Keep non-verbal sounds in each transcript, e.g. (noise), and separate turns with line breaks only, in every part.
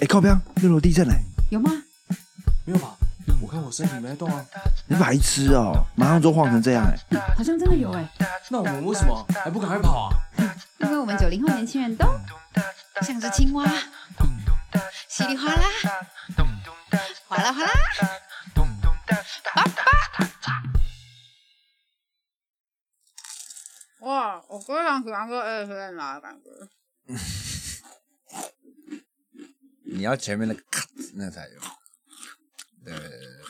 哎，靠边，六楼地震嘞！
有吗？
没有吧？我看我身体没在动啊。
你白痴哦，马上就晃成这样哎！
好像真的有哎，
那我们为什么还不赶快跑啊？
因为我们九零后年轻人都像只青蛙，
嗯
稀里哗啦，哗啦哗啦。
嗯
哇，我非常喜欢这 A S M R 的感觉。
你要前面的咔，那才有。对对对对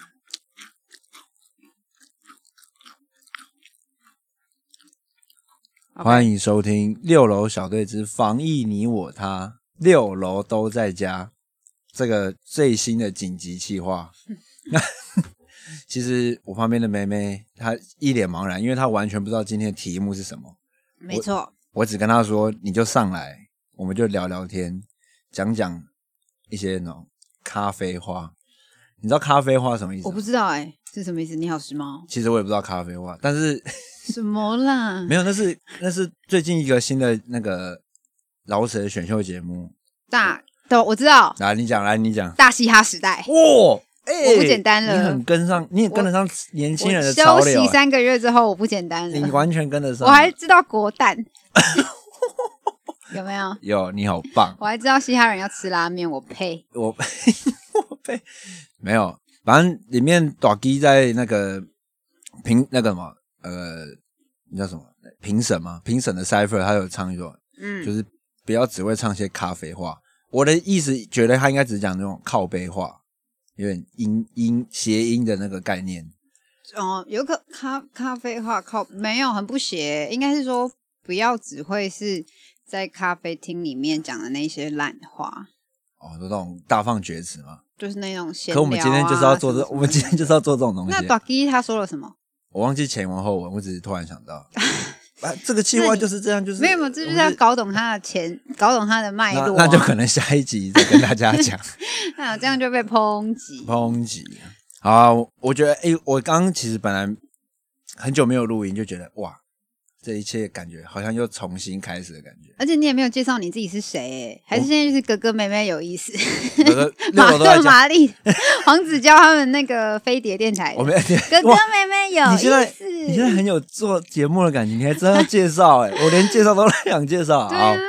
对欢迎收听六楼小队之防疫你我他，六楼都在家这个最新的紧急计划。其实我旁边的妹妹她一脸茫然，因为她完全不知道今天的题目是什么。
没错，
我只跟她说，你就上来，我们就聊聊天，讲讲一些那种咖啡话。你知道咖啡话什么意思吗？
我不知道哎，是什么意思？你好时髦，
其实我也不知道咖啡话，但
(laughs)
是
什么啦？
没有，那是那是最近一个新的那个饶舌选秀节目。
大都我知道，
来，你讲，来你讲。
大嘻哈时代，
哇，哎
我不简单了
你很跟上，你也跟得上年轻人的
我
潮
休
流、
息
哎
三个月之后，我不简单
你
了，
完全跟得上。
我还知道国 (laughs) 蛋有没有？
有，你好棒。
我还知道嘻哈人要吃拉面，我呸！
我 (laughs) 我被没有，反正里面短基在那个评那个什么呃，你叫什么评审吗？评审的 cipher 他有唱一首就
嗯，
是不要只会唱些咖啡话。我的意思，觉得他应该只讲那种靠背话，有点音音谐音的那个概念。
哦，有个咖咖啡话靠，没有很不谐，应该是说不要只会是在咖啡厅里面讲的那些烂话，
哦，就那种大放厥词嘛。
就是那种闲
可
聊、啊。
我们今天就是要做
什
这，
么什么
我们今天就是要做这种东西
那。短基他说了什么？
我忘记前文后文，我只是突然想到，
(laughs)
啊，这个计划就是这样，就是
没有，没有，这就是
我
要
们
搞懂他的钱，搞懂他的脉
那
络、啊
那就可能下一集再跟大家讲
(laughs) 那这样就被抨击。
(laughs) 抨击。好啊、我我觉得，哎、我刚刚其实本来很久没有录音，就觉得哇，这一切感觉好像又重新开始的感
(laughs)
觉。
而且你也没有介绍你自己是谁、欸，还是现在就是哥哥妹妹有意思？
那个六
马
楼都在
特、
讲，
玛丽、 (laughs) 黄子佼他们那个飞碟电台的，
我们
哥哥
哇，
妹妹有
你
意
现在
思。
你现在很有做节目的感觉，你还知道要介绍哎、我连介绍都不想介绍
对啊
啊。好，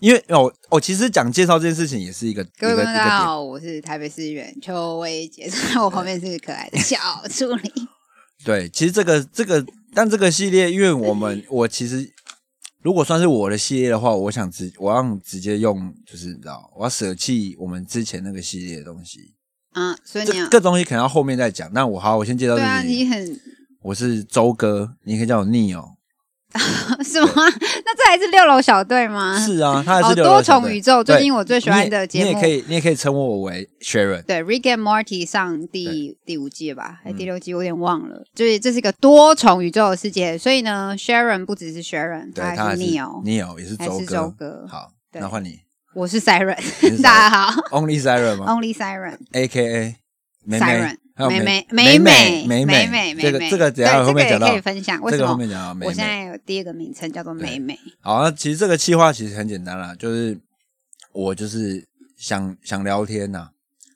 因为哦，我、其实讲介绍这件事情也是一个一
各位
个
观
一
众
个
大家
点，
好，我是台北市议员邱薇杰，在我旁边是可爱的小助理。
对，其实这个这个，但这个系列，因为我们我其实如果算是我的系列的话，我想直我要直接用，就是你知道，我要舍弃我们之前那个系列的东西，
嗯，所以你
这
要
个东西可能要后面再讲。那我好，我先介绍
对
自
啊，
己，
你很 (laughs)
我是周哥，你可以叫我 Neo，、
什么？那这还是六楼小
(laughs)
队吗？
是啊，他还
哦，
是六
多
楼小
重
队
宇宙，最
对
近我最喜欢的节
你也你也。
目
可以，你也可以称呼我为 Sharon。
对，《Rick and Morty》上第第五季了
嗯
吧，还第六季，我有点忘了。就是这是一个多重宇宙的世界，所以呢，Sharon 不只是 Sharon，
对，
她
他
还
还
是
是
Neo，
Neo 也是
还
周
是
哥。
周哥。
好，
对
那换
(laughs)
你
我是 Siren，
你是 Siren
(laughs) 大家好
，Only Siren 吗
，Only Siren，
？A K A 妹妹
Siren，
还有
美
美
美
美
美
美
美，
这个这个等
对
一下后面
这
讲到
个也可以，分享，为
这
什
个后
么？
面讲到美
我现
美。
在有第二个名称叫做美美，
好，那其实这个计划其实很简单啦，就是我就是想想聊天呐、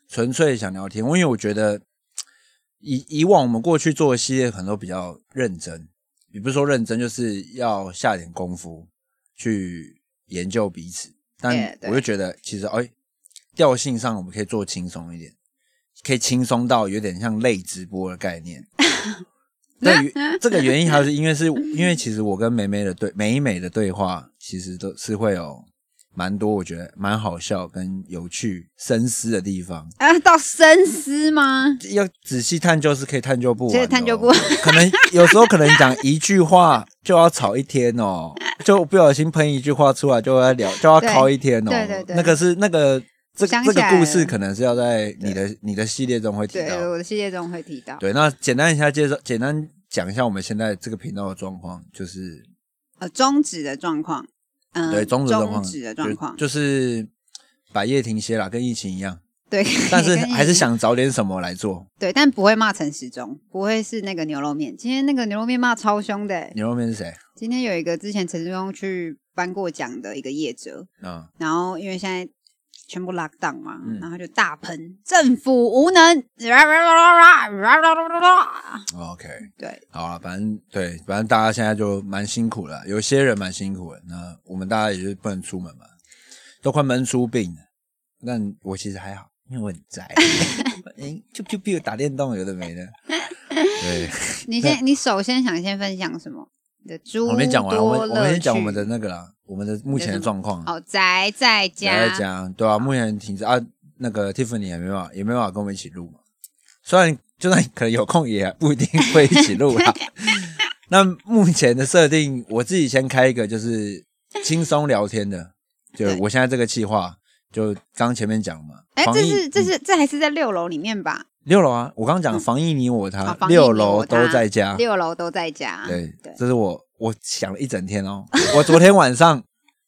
纯粹想聊天，因为我觉得以以往我们过去做的系列可能都比较认真，也不是说认真，就是要下点功夫去研究彼此。但
对对
我就觉得其实哎，调性上我们可以做轻松一点，可以轻松到有点像类直播的概
(laughs)
念。那原这个原因还有是因为是因为其实我跟美美的对美美的对话，其实都是会有蛮多我觉得蛮好笑跟有趣深思的地方。
啊，到深思吗？
要仔细探究是可以探究不完、
这
的
个
哦，
探究不完
(laughs) 可能有时候可能讲一句话就要吵一天哦，就不小心喷一句话出来就要聊就要
对
靠一天哦。
对对对
那个是那个这
想
这
起
个
来
故
了
事可能是要在你的你的系列中会提
对，
到。
我的系列中会提到。
对，那简单一下介绍，简单讲一下我们现在这个频道的状况，就是
呃，终止的状况，嗯，
对终止状况，
终止的状况，
就就是百业停歇啦，跟疫情一
(laughs)
样，
对，
(laughs) 但是
跟以
还是
前
想找点什么来做。
对，但不会骂陈时中，不会是那个牛肉面。今天那个牛肉面骂超凶的欸。
牛肉面是谁？
今天有一个之前陈时中去颁过奖的一个业者，
嗯，
然后因为现在全部 lock down 嘛，
嗯
然后就大喷政府无能，
OK，
对，
好了，反正对，反正大家现在就蛮辛苦了，有些人蛮辛苦的。那我们大家也是不能出门嘛，都快闷出病了。但我其实还好，因为我很
(laughs)
宅，哎，就就比如打电动，有的没的。对，
(laughs) 你先，你首先想先分享什么？你的猪
我没讲完，我
多
们我们
乐
先讲我
趣
们的那个啦，我们的目前的状况。啊
哦，宅在家，哦
在讲对啊，目前停止啊，那个 Tiffany 也没办法，也没办法跟我们一起录嘛。虽然就算可能有空，也不一定会一起录
(laughs)
啦。那目前的设定，我自己先开一个
(laughs)
就是轻松聊天的，就
对
我现在这个计划，就刚前面讲嘛，
哎，
防
这
疫
是这
嗯
是这还是在六楼里面吧？
六楼啊，我刚刚讲防疫你我
哦
他，
防疫
六
你
楼
我他
都在家，
六楼都在家，
啊对
啊对，
这是我我想了一整天哦。我昨天晚上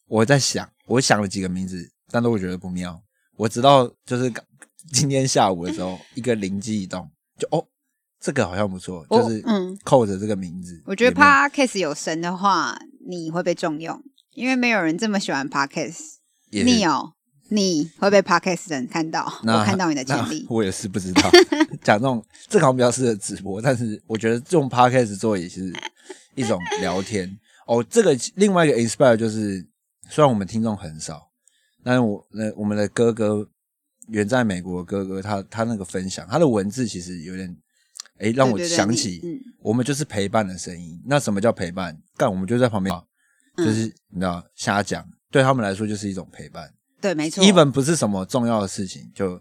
我在想，我想了几个名字，但都我觉得不妙。我直到就是刚今天下午的时候，一个灵机一动，就哦，这个好像不错，
哦
就是
嗯
扣着这个名字。
我觉得
里面
podcast 有神的话，你会被重用，因为没有人这么喜欢 podcast。
也
你哦，你会被 podcast 人看到，
那
我看到你的潜力
那。我也是不知道 (laughs) 讲这种，这个好像比较适合直播，但是我觉得用 podcast 做也是一种聊天。哦，这个另外一个 inspire 就是，虽然我们听众很少，但是我那我们的哥哥远在美国的哥哥，他他那个分享，他的文字其实有点，哎，让我
对对对
想
你
起
嗯
我们就是陪伴的声音。那什么叫陪伴？干，我们就在旁边，
嗯
就是、你知道瞎讲，对他们来说就是一种陪伴。
对，没错。
一本不是什么重要的事情，就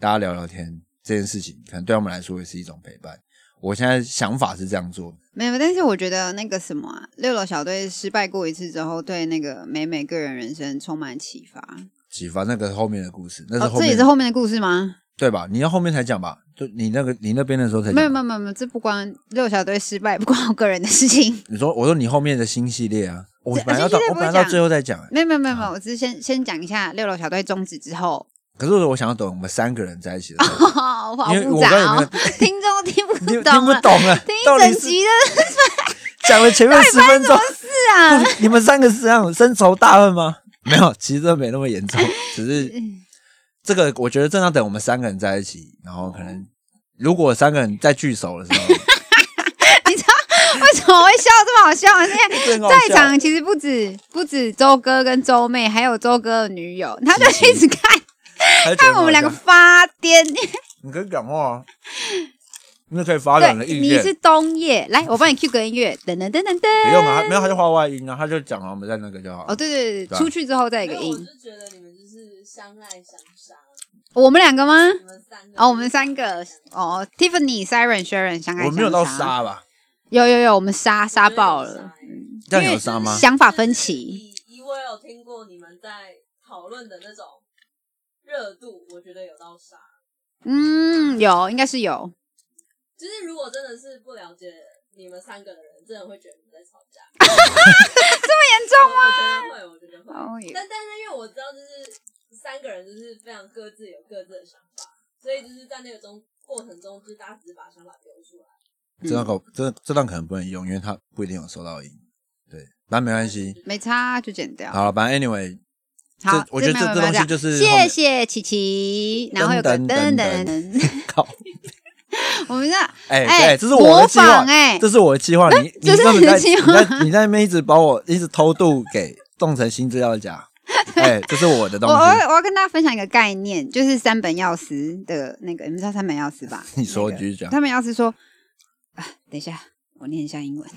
大家聊聊天这件事情，可能对他们来说也是一种陪伴。我现在想法是这样做的，
没有，但是我觉得那个什么、啊，六楼小队失败过一次之后，对那个美美个人人生充满启发。
启发那个后面的故事，那是
哦，
后
这
面、
也是后面的故事吗？
对吧？你要后面才讲吧，就你那个你那边的时候才讲
没有，没有，没有，没有这不关六小队失败，不关我个人的事情。
你说我说你后面的新系列啊，我
这
本来要到
新系列
我
不
本来
会
到
讲
最后再讲、欸
没有，没有，没有，没有，我只是先先讲一下六楼小队终止之后，
可是我想要等我们三个人在一起的时候，
哦，好
因为
复
我
杂
刚才有没
哦 (laughs)
有，
听众听不
听听
(laughs) 懂
不
了，
懂了，
(laughs) 听
到
一
底
整
是
集的
讲了前面十分钟，
是啊，
你们三个是这样深仇大恨吗？ (laughs) 没有，其实真的没那么
(laughs)
严重，只是
嗯
这个我觉得正要等我们三个人在一起，然后可能如果三个人在聚首的时
(laughs)
候，
为什么会笑这么好笑啊？因为
这很好
在
笑
场其实不止不止周哥跟周妹，还有周哥的女友，他就一直看
还觉得很
看
好
我们两个
笑，
发癫。
你可以讲话啊，你可以发表你的
对，
意
你
见，
是冬叶，来，我帮你 Q 个音乐，噔噔噔噔噔。
不用啊，他没有他就画外音啊，他就讲完我们在那个就好了。
哦，对对对
对
对，
啊
出去之后再一
没
个
有我
音。
就觉得你们就是相爱相杀，
我们两个吗？
你们三个。
哦，我们三个哦，Tiffany、Siren、Sharon 相爱
我
相
没有到
杀，
杀吧？
有有有，我们杀杀爆
我觉得有
了
杀，欸
这样有杀吗？
想法分歧。
以以我有听过你们在讨论的那种热度，我觉得有到啥。
嗯，有，应该是有。
就是如果真的是不了解你们三个的人，真的会觉得你们在吵
(laughs)
架。这么严重吗？我觉得会，我觉得会。
哦，有
(laughs) 但但是因为我知道，就是三个人就是非常各自有各自的想法，所以就是在那个中过程中，就是大家只是把想法丢出来。
这段可这这段可能不能用，因为他不一定有收到音。对，那没关系。
没差就剪掉。
好了，反正 anyway，
好
这，我觉得
没
这
有
这
没有
东西就是后
谢
面
谢琪琪，然后有个
噔
噔
噔噔
噔噔噔， (laughs)
靠，
我们这
(laughs) 哎、
哎
对，这是我的计
模
划，
仿哎
这是我的计划。你
这是
根本
你的
在
计
你在你在那边一直把我一直偷渡给冻成新资料
(laughs)
夹，哎、这是我的
我
东
我
西。
要我要跟大家分享一个概念，就是三本药师的那个，你们知道三本药师吧？
(laughs) 你说，
那
继
个
续讲。
三本药师说，啊等一下，我念一下英文。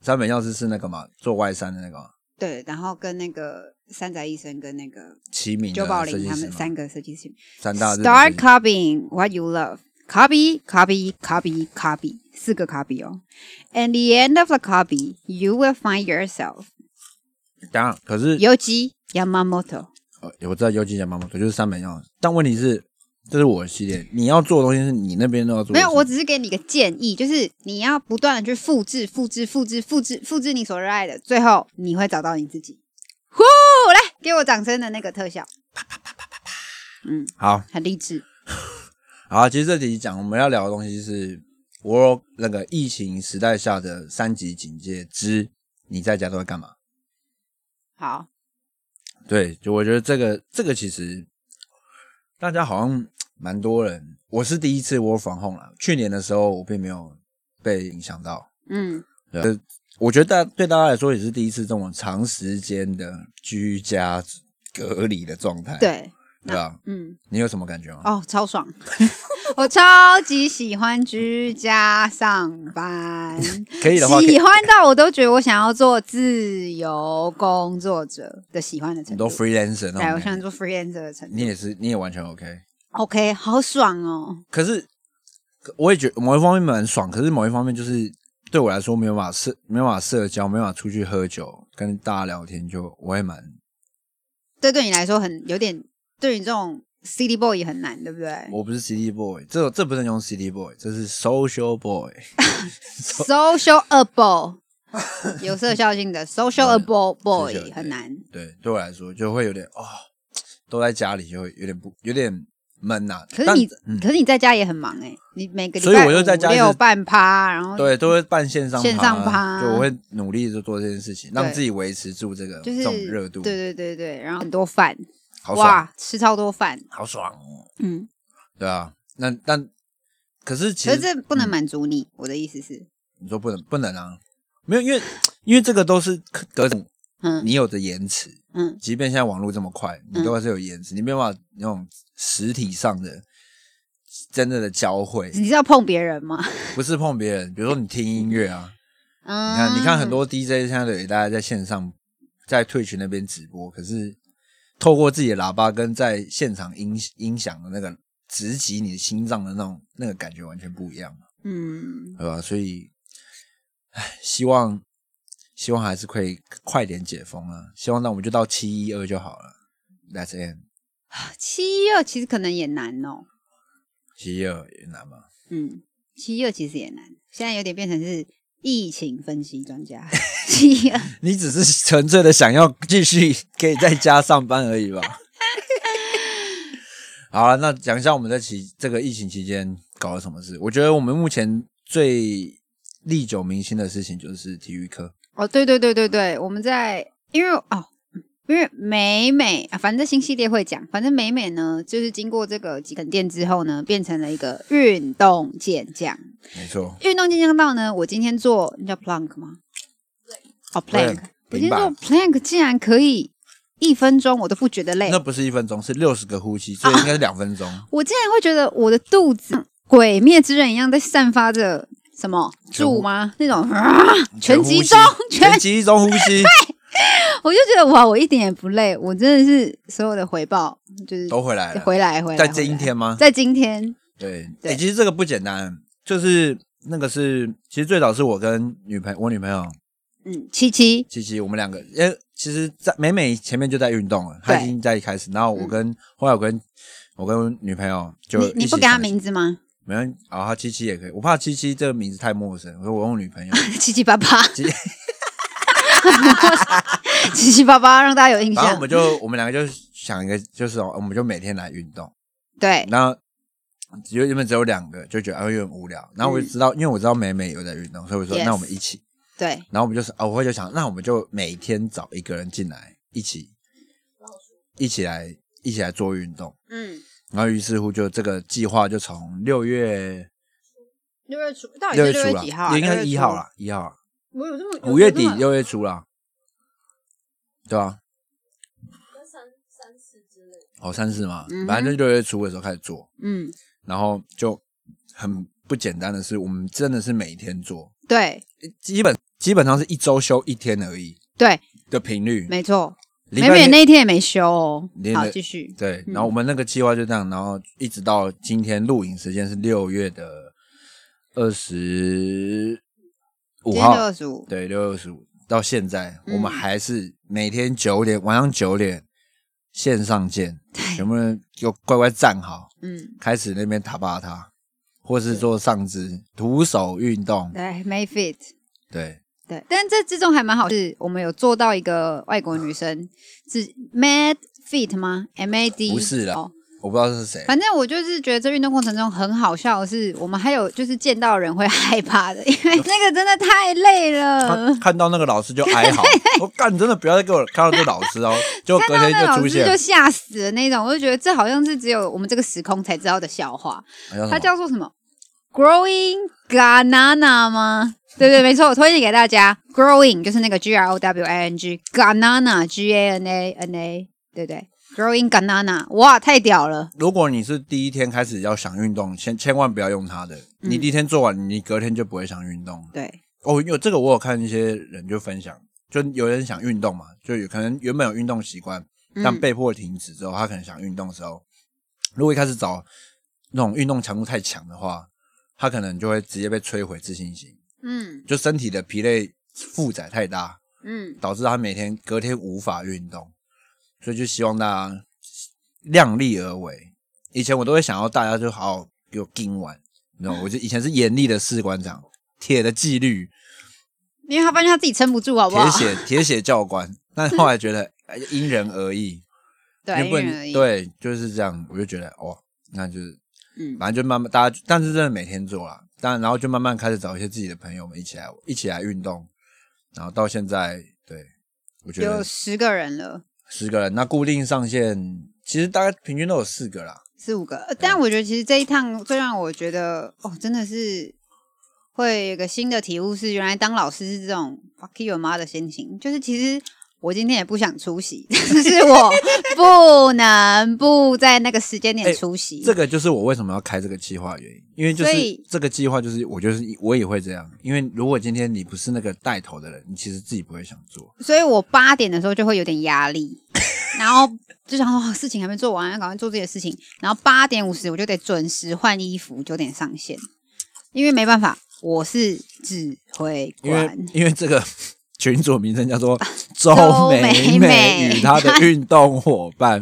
三本钥匙是那个嘛，做外山的那个嘛，
对，然后跟那个山宅医生跟那个
齐名的
九宝
设计
林他
师
们
嘛
三个设计师
三大日本设
，Start
计
copying what you love. Copy, copy, copy, copy，四个 copy 哦。And the end of the copy, you will find yourself.
等一下，可是
尤吉 Yamamoto。
呃我知道尤金讲妈妈就是三本钥匙，但问题是这是我的系列，你要做的东西是你那边都要做的
没
事。
有，我只是给你一个建议，就是你要不断的去复制、复制、复制、复制、复制你所热爱的，最后你会找到你自己。呼，来给我掌声的那个特效，嗯，
好。
很励志。
好，其实这集讲我们要聊的东西是 World 那个疫情时代下的三级警戒之你在家都在干嘛？
好，
对，就我觉得这个这个其实大家好像蛮多人，我是第一次 work from home 了。去年的时候我并没有被影响到，
嗯，
我觉得大对大家来说也是第一次这种长时间的居家隔离的状态。，
对，
对啊，
嗯，
你有什么感觉吗？
哦，超爽， (laughs) 我超级喜欢居家上班，
可以的话可以
喜，欢到我都觉得我想要做自由工作者的喜欢的程
你
度
都。freelancer 那种
对，我想
感觉，
做 freelancer 的程度。
你也是，你也完全 OK。
OK，好爽哦！
可是可我也觉得某一方面蛮爽，可是某一方面就是对我来说没有办法社没有办法社交，没有办法出去喝酒跟大家聊天就，我也蛮
这对你来说很有点，对你这种 city boy 也很难，对不对
我不是 CD boy，这这不能用 CD boy，这是 social boy。 (laughs)
？Socialable，有社交性的 socialable boy
对嗯
很难。
对，对我来说就会有点哦，都在家里就会有点不有点闷呐、
可是
但
你，
嗯
可是你在家也很忙哎、你每个礼
所以
拜
我就
五
在家
六
就是
半趴，然后
对，都会办线上
线上趴
就我会努力的做这件事情，让
对
自己维持住这个、
就是
这种热度，
对对对对，然后很多饭，
好爽，
哇，吃超多饭，
好爽哦，
嗯，
对啊，那但可是其
可
实
是这不
嗯
能满足你，我的意思是，
你说不能不能啊，没有，因为因为这个都是隔种
嗯
你有的延迟，
嗯，
即便现在网络这么快，你都还是有延迟，你没有办法那种实体上的真正的交汇，
你是要碰别人吗？
不是碰别人，比如说你听音乐啊，
嗯，
(laughs) 你看你看很多 DJ 现在的大家在线上在退群那边直播，可是透过自己的喇叭跟在现场音音响的那个直击你心脏的那种那个感觉完全不一样嘛，
嗯，
对吧？所以，唉，希望希望还是可以快点解封啊，希望那我们就到七一二就好了，That's it。
七月其实可能也难哦，
七一二也难吗？
嗯，七月其实也难，现在有点变成是疫情分析专家， (laughs) 七月
你只是纯粹的想要继续可以在家上班而已吧？ (laughs) 好了，那讲一下我们在期这个疫情期间搞了什么事。我觉得我们目前最历久弥新的事情就是体育课，
哦，对对对对对，我们在因为哦，因为美美啊，反正新系列会讲，反正美美呢，就是经过这个几肯店之后呢，变成了一个运动健将。
没错，
运动健将到呢，我今天做那叫 plank 吗？哦
Plank，
plank，我今天
平板
做 plank 竟然可以一分钟我都不觉得累
那，不是一分钟，是六十个呼
啊
吸，所以应该是两分钟。
我竟然会觉得我的肚子像鬼灭之刃一样在散发着什么
全
柱
部
吗？那种、啊、 (laughs) 全
呼吸
集中，全
全集中呼吸
(laughs) 我就觉得哇，我一点也不累，我真的是所有的回报就是
都回来了，
回来回来，
在
回来
今，天吗？
在今天，
对，
对
欸其实这个不简单，就是那个是，其实最早是我跟女朋我女朋友
嗯，七七，
其实我们两个，因为其实在，美美前面就在运动了，她已经在开始。然后我跟、后来我跟我跟女朋友就
嗯你你不
一起
给他
尝试，
名字吗？ (laughs)
没关系，啊，她七七也可以。我怕七七这个名字太陌生，我说我用女
(laughs)
朋友。
七七八八，
七
(laughs) 七七八八，让大家有印
然后我
象
们。就我们两个就想一个，就是哦，我们就每天来运动。
对，
然后只有原本只有两个，就觉得啊有点无聊。然后我就知道，因为我知道美美有在运动，所以我说
嗯 Yes
那我们一起。
对，
然后我们就是啊，我会就想，那我们就每天找一个人进来，一起一起来一起来做运动。
嗯，
然后于是乎就这个计划就从六月
六月初到底
六
是
月
六
初
月几号
啦，
啊？
应该是
6
一
月初
号。啦，一号啦，
我有这么
五月底
有
六月初啦，对吧、
那三三次之类，
哦，三四嘛
嗯哼，
反正就是六月初的时候开始做，
嗯，
然后就很不简单的是，我们真的是每天做，
对
基本基本上是一周休一天而已
对，
的频率，
没错。
礼
美
拜
美
天
那一天也没休哦
你。的
好，继续。
对，
嗯
然后我们那个计划就这样，然后一直到今天录影时间是六月的二十五
今天
号
就，二十五，
对，六月二十五到现在，
嗯
我们还是每天九点晚上九点线上见，全部人就乖乖站好，
嗯，
开始那边塔巴塔，或是做上肢徒手运动，
对，May Fit。
对，
对，但这之中还蛮好，是我们有做到一个外国女生是 Mad Fit 吗？M A D
不是啦
哦，
我不知道是谁，
反正我就是觉得这运动过程中很好笑的是，我们还有就是见到人会害怕的， (laughs) 因为那个真的太累
他
了。
看到那个老师就哀嚎，我干，你真的不要再给我看到这老师哦，就
呃 (laughs) 看
隔
到
天
那
就
老
出
师就
现，
吓死的那种，我就觉得这好像是只有我们这个时空才知道的笑话。
好哎像什
它
么
叫做什么？Growing Ganana 吗？对对，没错，我推荐给大家。Growing 就是那个 G R O W I N G，Ganana G A N A N A，对不对？Growing Ganana，哇，太屌了！
如果你是第一天开始要想运动，千千万不要用它的。你
嗯
第一天做完，你隔天就不会想运动。
对，
哦，有这个我有看一些人就分享，就有人想运动嘛，就有可能原本有运动习惯，但
嗯
被迫停止之后，他可能想运动的时候，如果一开始找那种运动强度太强的话，他可能就会直接被摧毁自信心，
嗯
就身体的疲累负载太大，
嗯，
导致他每天隔天无法运动，所以就希望大家量力而为。以前我都会想要大家就好好给我盯完，你知道吗，我就以前是严厉的士官长，铁的纪律，
因为他发现他自己撑不住，好不
铁
好？
血铁血教
(laughs)
官。但后来觉得哎因人而异，
对，啊
原
因人而
本
异，
对就是这样，我就觉得哇，那就是
嗯
反正就慢慢大家，但是真的每天做啦，但然后就慢慢开始找一些自己的朋友们一起来一起来运动，然后到现在对。我觉得
有十个人了，
十个人，那固定上限其实大概平均都有四个啦。
四五个。
啊
呃但我觉得其实这一趟最让我觉得哦，真的是会有一个新的体悟是，原来当老师是这种 fuck your 妈的心情，就是其实。我今天也不想出席， (laughs) 但是
(laughs)
我不能不在那个时间点
哎
出席。
这个就是我为什么要开这个计划的原因，因为就
嗯所
是
以
这个计划就是我就是我也会这样，因为如果今天你不是那个带头的人，你其实自己不会想做。
所以我八点的时候就会有点压力，然后就想说、哦、事情还没做完，要赶快做这些事情。然后八点五十我就得准时换衣服，九点上线，因为没办法，我是指挥
因为
官。
因为这个 (laughs) 群组名称叫做周
啊周
美美
美美
与她的运动伙伴，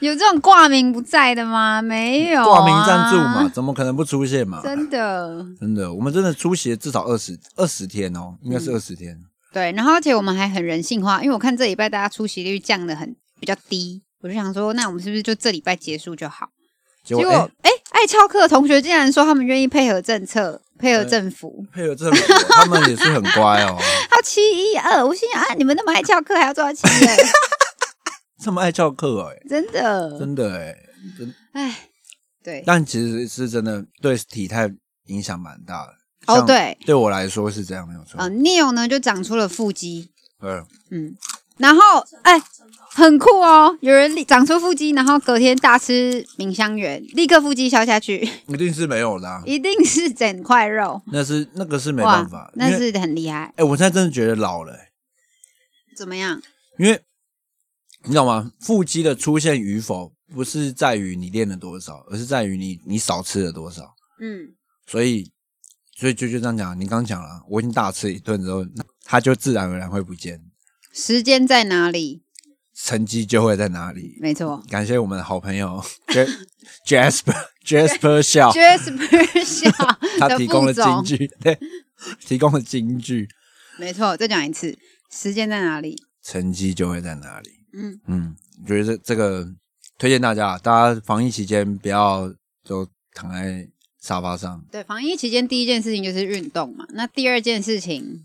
有这种挂名不在的吗？没 (laughs) 有、啊，
挂名赞助嘛，，怎么可能不出现嘛？
真的。
真的，我们真的出席了至少二十二十天哦，应
嗯
该是二十天。
对，然后而且我们还很人性化，因为我看这礼拜大家出席率降的很比较低，我就想说，那我们是不是就这礼拜结束就好？
结
结
果
果，
哎，
哎、爱翘课的同学竟然说他们愿意配合政策，配合政府。
配合政府， (laughs) 他们也是很乖哦。
他七一二，我心想啊，你们那么爱翘课，还要做到七一
(laughs)
二，
这么爱翘课哎、
真的，
真的哎、
哎，对，
但其实是真的对体态影响蛮大的。
哦
像
对，
对我来说是这样没有错。
啊、n e o 呢就长出了腹肌，
嗯，
嗯，然后哎、很酷哦，有人立长出腹肌，然后隔天大吃冥香园，立刻腹肌消
(laughs)
下去，
一定是没有的啊、
一定是整块肉，
那是那个是没
哇
办法，，
那
因为
是很厉害
哎、，我现在真的觉得老了欸、
怎么样？
因为你知道吗？腹肌的出现与否，不是在于你练了多少，而是在于你你少吃了多少。
嗯，
所以，所以就就这样讲，你刚讲了，我已经大吃一顿之后，它就自然而然会不见，
时间在哪里？
成绩就会在哪里。
没错
感谢我们的好朋友 J- Jasper Jasper 笑，(laughs)
，Jasper 笑
他
的
提供
副
了金
总，
句，对，提供了金句，
没错，再讲一次，时间在哪里？
成绩就会在哪里。
嗯
嗯，我觉得这这个推荐大家，大家防疫期间不要就躺在沙发上
对，防疫期间第一件事情就是运动嘛，那第二件事情，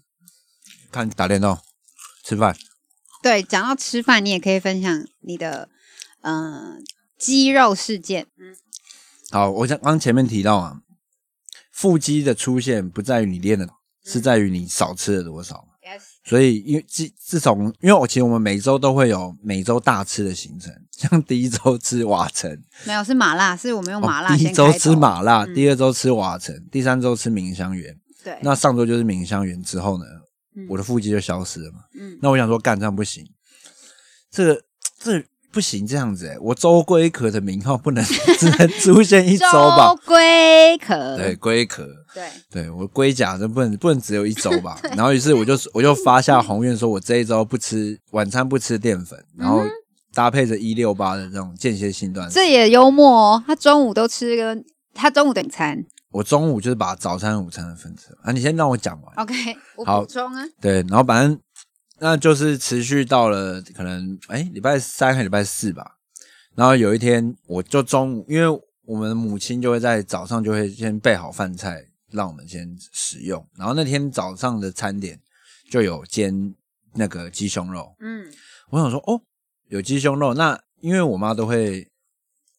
看打电动、吃饭。
对，讲到吃饭，你也可以分享你的嗯、呃肌肉事件，
好，我想刚前面提到啊，腹肌的出现不在于你练的，是
嗯
在于你少吃了多少。所以，因为自自从因为我其实我们每周都会有每周大吃的行程， (laughs) 像第一周吃瓦城，
没有是麻辣，是我们用麻
哦
辣
第
先
一
开
周
头、
吃麻辣，
嗯
第二周吃瓦城，第三周吃茗香园。
对，
那上周就是茗香园之后呢，
嗯
我的腹肌就消失了嘛。
嗯
那我想说，干这样不行，这个这个不行这样子、欸，我周龟壳的名号不能 (laughs) 只能出现一周吧
周？龟壳，
对，龟壳，
对
对我龟甲这不能不能只有一周吧？然后于是我就我就发下宏愿，说我这一周不吃晚餐不吃淀粉，然后搭配着一六八的这种间歇性断食，
嗯这也幽默哦，他中午都吃个，他中午等餐
我中午就是把早餐午餐的分成啊，你先让我讲完。
，OK，我
好
补充啊，
对，然后反正那就是持续到了可能哎礼拜三还礼拜四吧，然后有一天，我就中午，因为我们母亲就会在早上就会先备好饭菜，让我们先食用。然后那天早上的餐点就有煎那个鸡胸肉，
嗯，
我想说哦，有鸡胸肉，那因为我妈都会，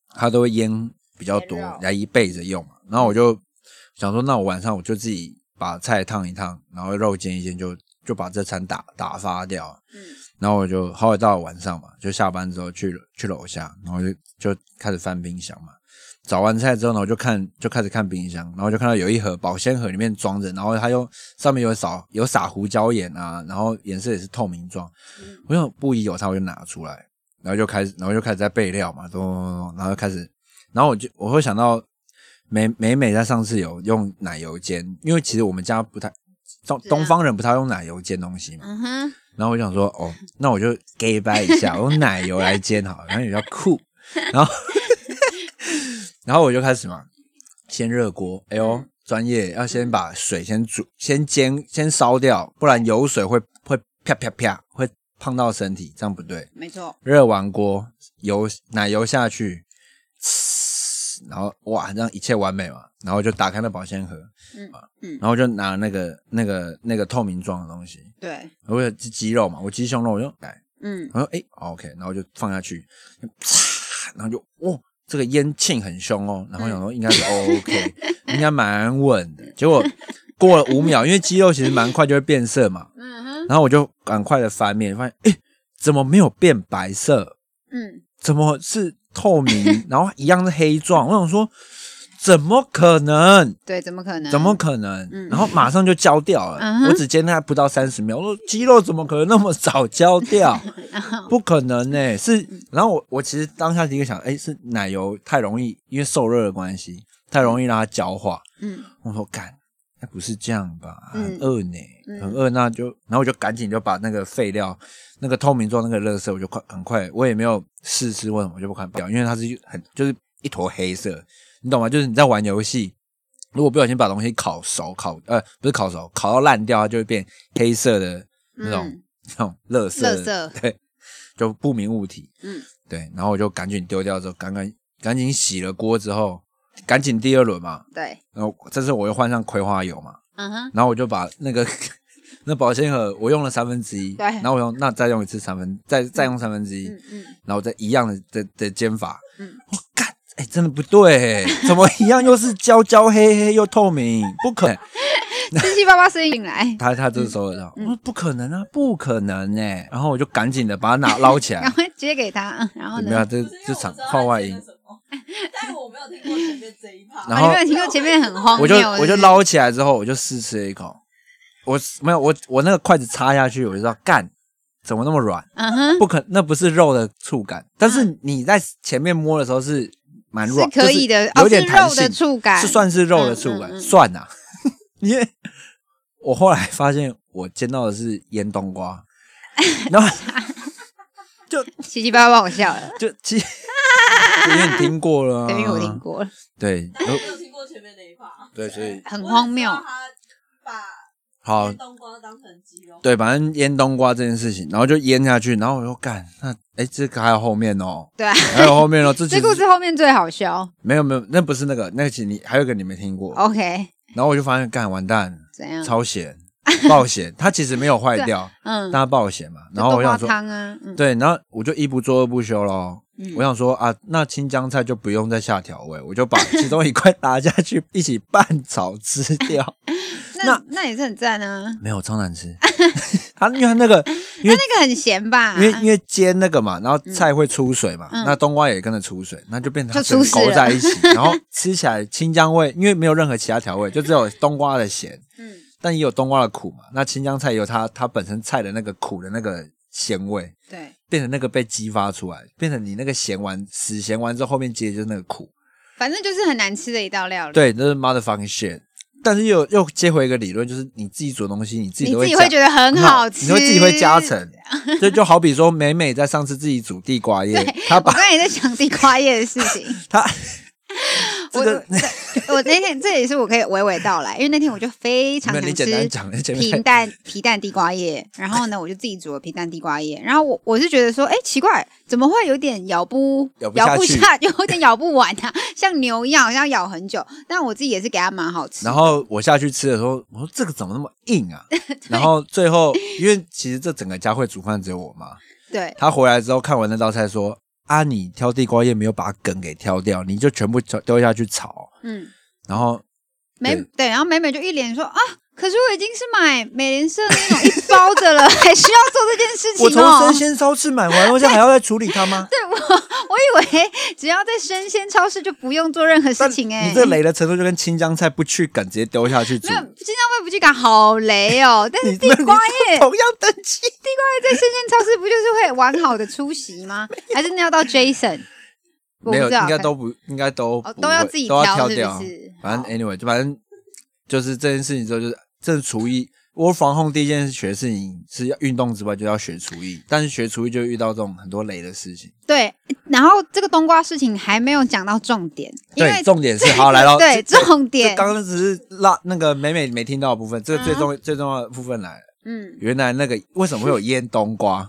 她都会腌比较多
腌肉，嗯
来一备着用嘛。然后我就想说，那我晚上我就自己把菜烫一烫，然后肉煎一煎就，就把这餐打打发掉。嗯，然后我就后来到了晚上嘛，就下班之后去去楼下，然后就就开始翻冰箱嘛。找完菜之后呢，我就看就开始看冰箱，然后就看到有一盒保鲜盒里面装着，然后它又上面有撒有撒胡椒盐啊，然后颜色也是透明状，
嗯
我想不疑有他，我就拿出来，然后就开始，然后就开始在备料嘛，咚咚咚咚，然后就开始，然后我就我会想到美美美在上次有用奶油煎，因为其实我们家不太东
是啊
东方人不太用奶油煎东西嘛，
嗯哼，
然后我就想说哦，那我就 gay 掰一
(laughs)
下，我用奶油来煎好了，然后比较酷，然后 (laughs) 然后我就开始嘛，先热锅，哎呦。
嗯
专业要先把水先煮，先煎，先烧掉，不然油水会会啪啪啪，会烫到身体，这样不对。
没错，
热完锅，油奶油下去，呲然后哇，这样一切完美嘛。然后就打开那保鲜盒，
嗯
啊
嗯
然后就拿那个那个那个透明状的东西，
对，
我有鸡鸡肉嘛，我鸡胸肉我就来，
嗯，
我说哎、好 OK，然后就放下去，啪然后就哦，这个烟沁很凶哦，然后想说应该是哦 OK，应 (laughs) 该蛮稳的。结果过了五秒，因为鸡肉其实蛮快就会变色嘛，然后我就赶快的翻面，发现哎、怎么没有变白色？
嗯，
怎么是透明？然后一样是黑状？我想说，怎么可能？
对，怎么可能？
怎么可能？
嗯
然后马上就焦掉了。
嗯哼
我只煎它不到三十秒，我说鸡肉怎么可能那么早焦
(laughs)
掉？不可能呢、是。
嗯
然后我我其实当下第一个想，哎、是奶油太容易，因为受热的关系，太容易让它焦化。
嗯，
我说干，那不是这样吧？很
嗯
饿呢、
嗯
很饿，那就然后我就赶紧就把那个废料。那个透明状那个垃圾，我就快很快，我也没有试吃或什么，我就不看表，因为它是很就是一坨黑色，你懂吗？就是你在玩游戏，如果不小心把东西烤熟，烤呃不是烤熟，烤到烂掉，它就会变黑色的那种、
嗯
那种垃圾，
垃圾
对，就不明物体，
嗯，
对，然后我就赶紧丢掉之后，赶赶赶紧洗了锅之后，赶紧第二轮嘛，
对，
然后这次我又换上葵花油嘛，
嗯哼，
然后我就把那个 (laughs) 那保鲜盒我用了三分之一，
对
然后我用那再用一次三分，再再用三分之一，
嗯嗯，
然后再一样的的的煎法，
嗯
我干，哎、真的不对、欸，怎么一样又是焦焦黑黑又透明，不可能。
七七八八声音来，
(laughs) 他他这时候知道，
嗯
我说不可能啊，不可能哎、然后我就赶紧的把它拿捞起
然
来，
后接给他，嗯然后
没有啊
呢？
这
不是因为
这
我
场
知道他
话外
煎
音
了，什么， (laughs) 但我没有听过前面这一趴。
然
啊
后
你没有听到前面很荒
我就
谬，
我就捞起来之后，我就试吃了一口，我没有我我那个筷子插下去，我就知道干怎么那么软，
嗯哼，
不可那不是肉的触感，但是你在前面摸的时候是蛮
啊是
软，
可以的，
就是有点
哦是
弹
肉
性
的触感，
是算是肉的触感，
嗯嗯嗯
算呐、啊。 (laughs) 因为我后来发现，我煎到的是腌冬瓜，
(laughs)
然后就
七七八八，我笑了，
就其实因为你听过了、啊，
对，因为我听，过了，
对，
但我
然后
没有听过前面那一趴，
对，所以
很
我只
荒谬
知，道他把
好
煎，冬瓜当成鸡肉，
对，反正腌冬瓜这件事情，然后就腌下去，然后我就干，那哎，这个还有后面哦，
对啊，
还有后
(laughs)
面哦，这其
这
实
故事后面最好笑。
没有没有，那不是那个，那个其实你还有一个你没听过，
OK，
然后我就发现干完蛋，
怎样？
超咸，爆咸，它其实没有
(laughs)
坏掉，
嗯，
大家爆咸嘛，
就
然后我
豆花
想说，
汤啊，嗯，
对，然后我就一不做二不休咯。
嗯
我想说啊，那青江菜就不用再下调味，我就把其中一块拿下去一起拌炒吃
(laughs)
掉。
那那也是很赞啊，
没有，超难吃。 (laughs) 它因为它那个，因为
那个很咸吧？
因为因为煎那个嘛，然后菜会出水嘛，
啊嗯
那冬瓜也跟着出水，那就变成它
就
整个
出事
勾
了
在一起，
(laughs)
然后吃起来青江味，因为没有任何其他调味，就只有冬瓜的咸，
(laughs) 嗯
但也有冬瓜的苦嘛。那青江菜也有它它本身菜的那个苦的那个咸味，
对，
变成那个被激发出来，变成你那个咸完死咸完之后，后面接的就是那个苦。
反正就是很难吃的一道料理。，
对，这是 motherfucking shit。但是又又接回一个理论，就是你自己煮的东西，你自己
你
都
自己
加
会觉得很好吃，
你会自己会加。成。这就好比说，美美在上次自己煮地瓜叶，她
(laughs) 我
把 (laughs)
刚才也在想地瓜叶的事情，
她这个
(laughs) 我那天这也是我可以娓娓道来，因为那天我就非常
没有
想
你简
吃
单讲，前
皮
面
蛋皮蛋地瓜叶，然后呢，我就自己煮了皮蛋地瓜叶。然后我我是觉得说，哎，奇怪，怎么会有点咬不
咬不
咬不
下去
下， (laughs) 有点咬不完啊，像牛一样，好像咬很久。但我自己也是给它蛮好吃。
然后我下去吃的时候，我说这个怎么那么硬啊？然后最后，因为其实这整个家会煮饭只有我妈，
对，
她回来之后看完那道菜说：“啊，你挑地瓜叶没有把梗给挑掉，你就全部丢丢下去炒。
嗯，”
然后
美
对
对，然后美美就一脸说啊。可是我已经是买美联社的那种一包的了，还需要做这件事情
我从
哦。
生鲜超市买完，我现在还要再处理它
(laughs)
吗？
对我，我以为只要在生鲜超市就不用做任何事情哎、
你这雷的程度就跟青江菜不去梗直接丢下去煮
没，有新疆味不去感好雷哦，但是
你
地
那
瓜叶
你同样等级。
在生鲜超市不就是会完好的出
(laughs)
席吗？还是那要到 Jason？我
没
不
有，
知道
应该都不，应该都
哦
不
都要
会
自己
都要挑
挑是不
掉啊
是。
反正
好
anyway，就反正就是这件事情之后，就是这厨艺。我防控第一件学的事情是要运动之外，就要学厨艺。但是学厨艺就遇到这种很多雷的事情。
对。然后这个冬瓜事情还没有讲到重点，因为
对，重点是好来了。
对
这这
重点啊
这刚刚只是拉那个美美没听到的部分，这个最重、最重要的部分来了。
嗯，
原来那个为什么会有腌冬
(laughs)
瓜？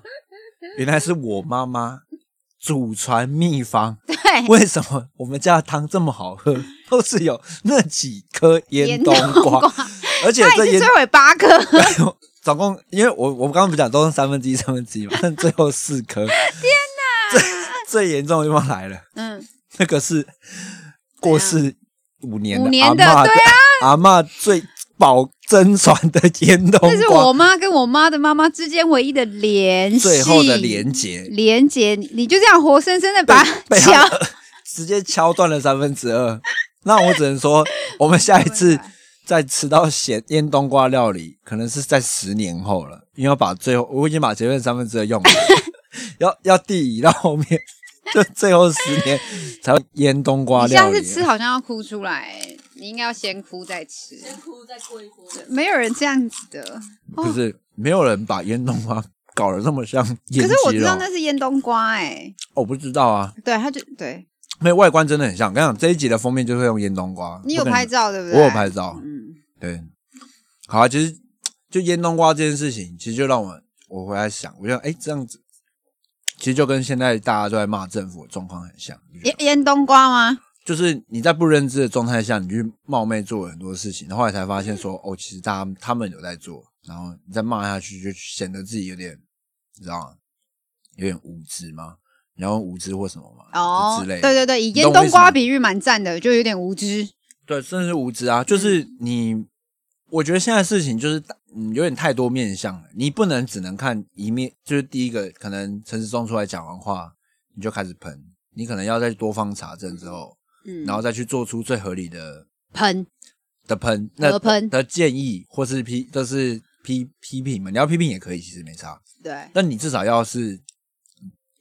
原来是我妈妈祖传秘方。
对， (laughs)
为什么我们家的汤这么好喝， (laughs) 都是有那几颗腌冬
腌冬瓜
而且
他
这
也是
腌
摧毁八颗，
(laughs) 总共，因为我我刚刚不讲都是三分之一、三分之一嘛，但最后四颗，天哪！最最严重的地方来了，
嗯，
那个是过世五年
五
的
年
阿
的
嬷
对啊
阿嬷最保真传的腌冬
这是我
瓜，
妈跟我妈的妈妈之间唯一的联系，
最后的连结
连接，你你就这样活生生的把
被
桥
他 (laughs) 直接敲断了三分之二。那我只能
(laughs)
说，我们下一次再吃到咸腌冬瓜料理，可能是在十年后了，因为要把最后我已经把前面三分之二用完
(laughs)
了，要要递移到后面，就最后十年才会腌冬瓜
你下
料理
次。吃好像要哭出来，你应该要先哭再吃。
先哭再过一波。
没有人这样子的，
不是没有人把腌冬瓜搞得那么像
可
腌
是我
鸡
知道
肉哦
那，是腌冬瓜哎、
我不知道啊，
对，他就对
没有外观真的很像。我跟你讲，这一集的封面就是用腌冬瓜，
你有
不可能
拍照对不对？
我有拍照，
嗯，
对，好啊，其实就腌冬瓜这件事情，其实就让我我回来想，我就哎这样子，其实就跟现在大家都在骂政府的状况很像，你觉得
腌腌冬瓜吗？
就是你在不认知的状态下，你去冒昧做了很多事情，然后后来才发现说，哦，其实大家他们有在做，然后你再骂下去，就显得自己有点，你知道吗？有点无知吗？然后无知或什么吗？
哦，
之类
对
的，
对对，以
你
腌
懂我
冬
意思
瓜
吗
比喻蛮赞的，就有点无知。
对，真的是无知啊！就是
嗯
你，我觉得现在事情就是嗯，有点太多面向了。你不能只能看一面，就是第一个可能陈时中出来讲完话，你就开始喷，你可能要再多方查证之后，
嗯，
然后再去做出最合理的
喷
的喷那
合喷
的建议，或是批，就是批批评嘛。你要批评也可以，其实没差，
对，
但你至少要是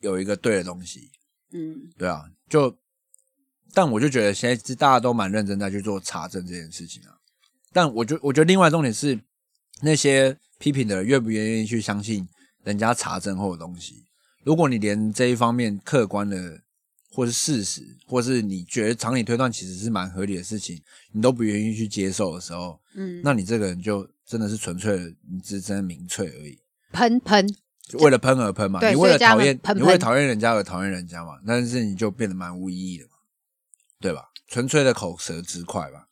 有一个对的东西，
嗯
对啊，就，但我就觉得现在是大家都蛮认真在去做查证这件事情啊。但我觉我觉得另外重点是，那些批评的人愿不愿意去相信人家查证后的东西。如果你连这一方面客观的，或是事实，或是你觉得常理推断其实是蛮合理的事情，你都不愿意去接受的时候，
嗯，
那你这个人就真的是纯粹的，你只是真的民粹而已。
喷喷
就为了喷而喷嘛，
对
你为了
所以叫他
讨
们
厌，
喷
你
喷
为了讨厌人家而讨厌人家嘛，但是你就变得蛮无意义的嘛，对吧？纯粹的口舌之快吧。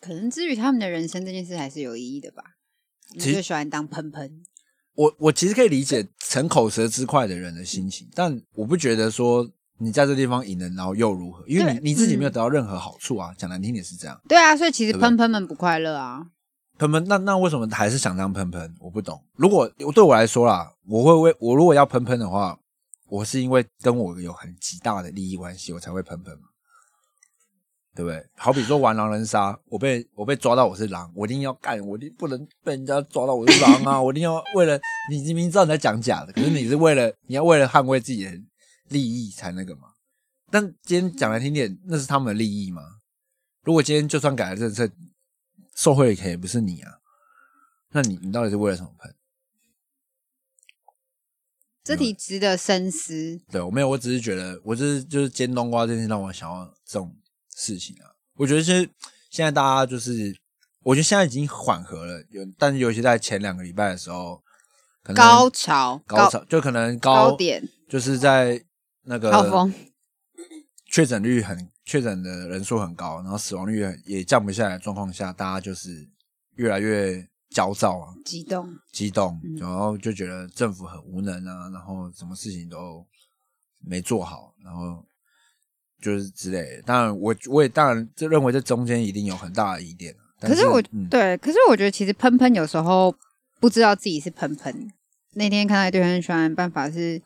可能至于他们的人生这件事还是有意义的吧。你
其实
就喜欢当喷喷，
我我其实可以理解逞口舌之快的人的心情，但我不觉得说你在这地方赢了，然后又如何？因为
对嗯
你你自己没有得到任何好处啊。讲难听点是这样，
对啊，所以其实
对不对
喷喷们不快乐啊。
喷喷那那为什么还是想当喷喷？我不懂。如果对我来说啦，我会为我如果要喷喷的话，我是因为跟我有很极大的利益关系，我才会喷喷嘛，对不对？好比说玩狼人杀，我被我被抓到我是狼，我一定要干，我一定不能被人家抓到我是狼啊！我一定要为了你明明知道你在讲假的，可是你是为了你要为了捍卫自己的利益才那个嘛。但今天讲来听点，那是他们的利益吗？如果今天就算改了政策，受贿的可也不是你啊，那你你到底是为了什么喷？
这题值得深思。
对我没有，我只是觉得，我只是就是煎冬瓜这件事让我想要这种事情啊。我觉得是现在大家就是，我觉得现在已经缓和了，有但是尤其在前两个礼拜的时候，可能
高潮
高潮就可能高
高点
就是在那个
高峰，
确诊率很确诊的人数很高，然后死亡率也也降不下来的状况下，大家就是越来越焦躁啊，
激动，
激动
嗯，
然后就觉得政府很无能啊，然后什么事情都没做好，然后就是之类的。当然我，我也当然这认为这中间一定有很大的疑点啊。但
可是我、
嗯、
对，可是我觉得其实喷喷有时候不知道自己是喷喷。那天看到一堆人喜欢的办法是，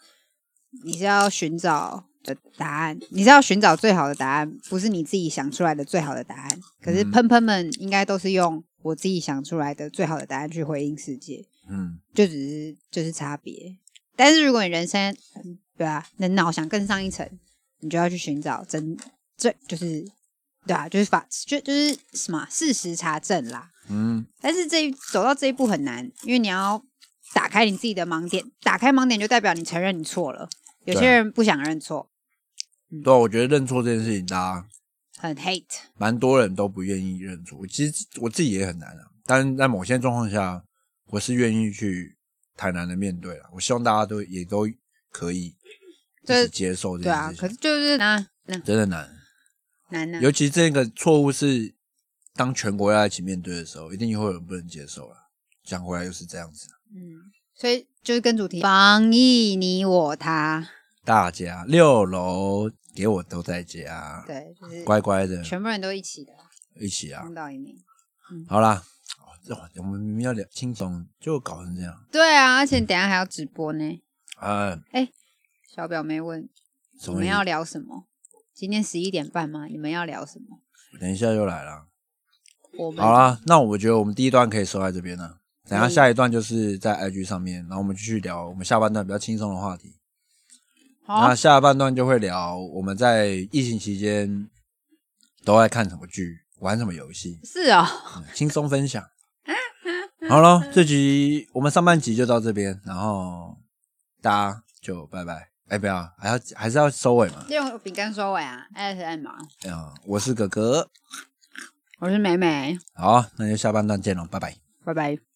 你是要寻找的答案，你是要寻找最好的答案，不是你自己想出来的最好的答案。可是
嗯
喷喷们应该都是用我自己想出来的最好的答案去回应世界，
嗯，
就只是就是差别。但是如果你人生嗯对啊，你的脑想更上一层，你就要去寻找真最就是对啊，就是法就就是什么啊事实查证啦。
嗯
但是这一走到这一步很难，因为你要打开你自己的盲点，打开盲点就代表你承认你错了。有些
对啊
人不想认错，
嗯，对啊、我觉得认错这件事情，大家
很 hate。
蛮多人都不愿意认错。其实我自己也很难啊，但是在某些状况下，我是愿意去坦然的面对了。我希望大家都也都可以
这
一起接受这
对
件
啊
事，情，
可是就是那那
真的难。
难呢、啊
尤其这个错误是当全国要一起面对的时候，一定会有人不能接受啊。讲回来又是这样子，啊
嗯，所以就是跟主题防疫你我他，
大家六楼给我都在家，
对，就是
乖乖的
全部人都一起的
一起啊
同。道一命。嗯
好啦，哦这会我们明明要聊轻松，就搞成这样。
对啊，而且等一下还要直播呢。
呃，
小表妹问
什
你
么
们
意思？
要聊什么？今天十一点半吗？你们要聊什么？
等一下就来了。
我们
好啦，那我觉得我们第一段可以收在这边了。等一下
嗯
下一段就是在 IG 上面，然后我们继续聊我们下半段比较轻松的话题。
好
那下半段就会聊我们在疫情期间都在看什么剧、玩什么游
(laughs)
戏，
是哦，
嗯轻松分
(laughs)
享。好了，这集我们上半集就到这边，然后大家就拜拜。哎，不要，还要还是要收尾嘛。
用饼干收尾啊，S M 啊。
哎呀，我是哥哥，
我是美美，
好，那就下半段见喽，拜拜。
拜拜。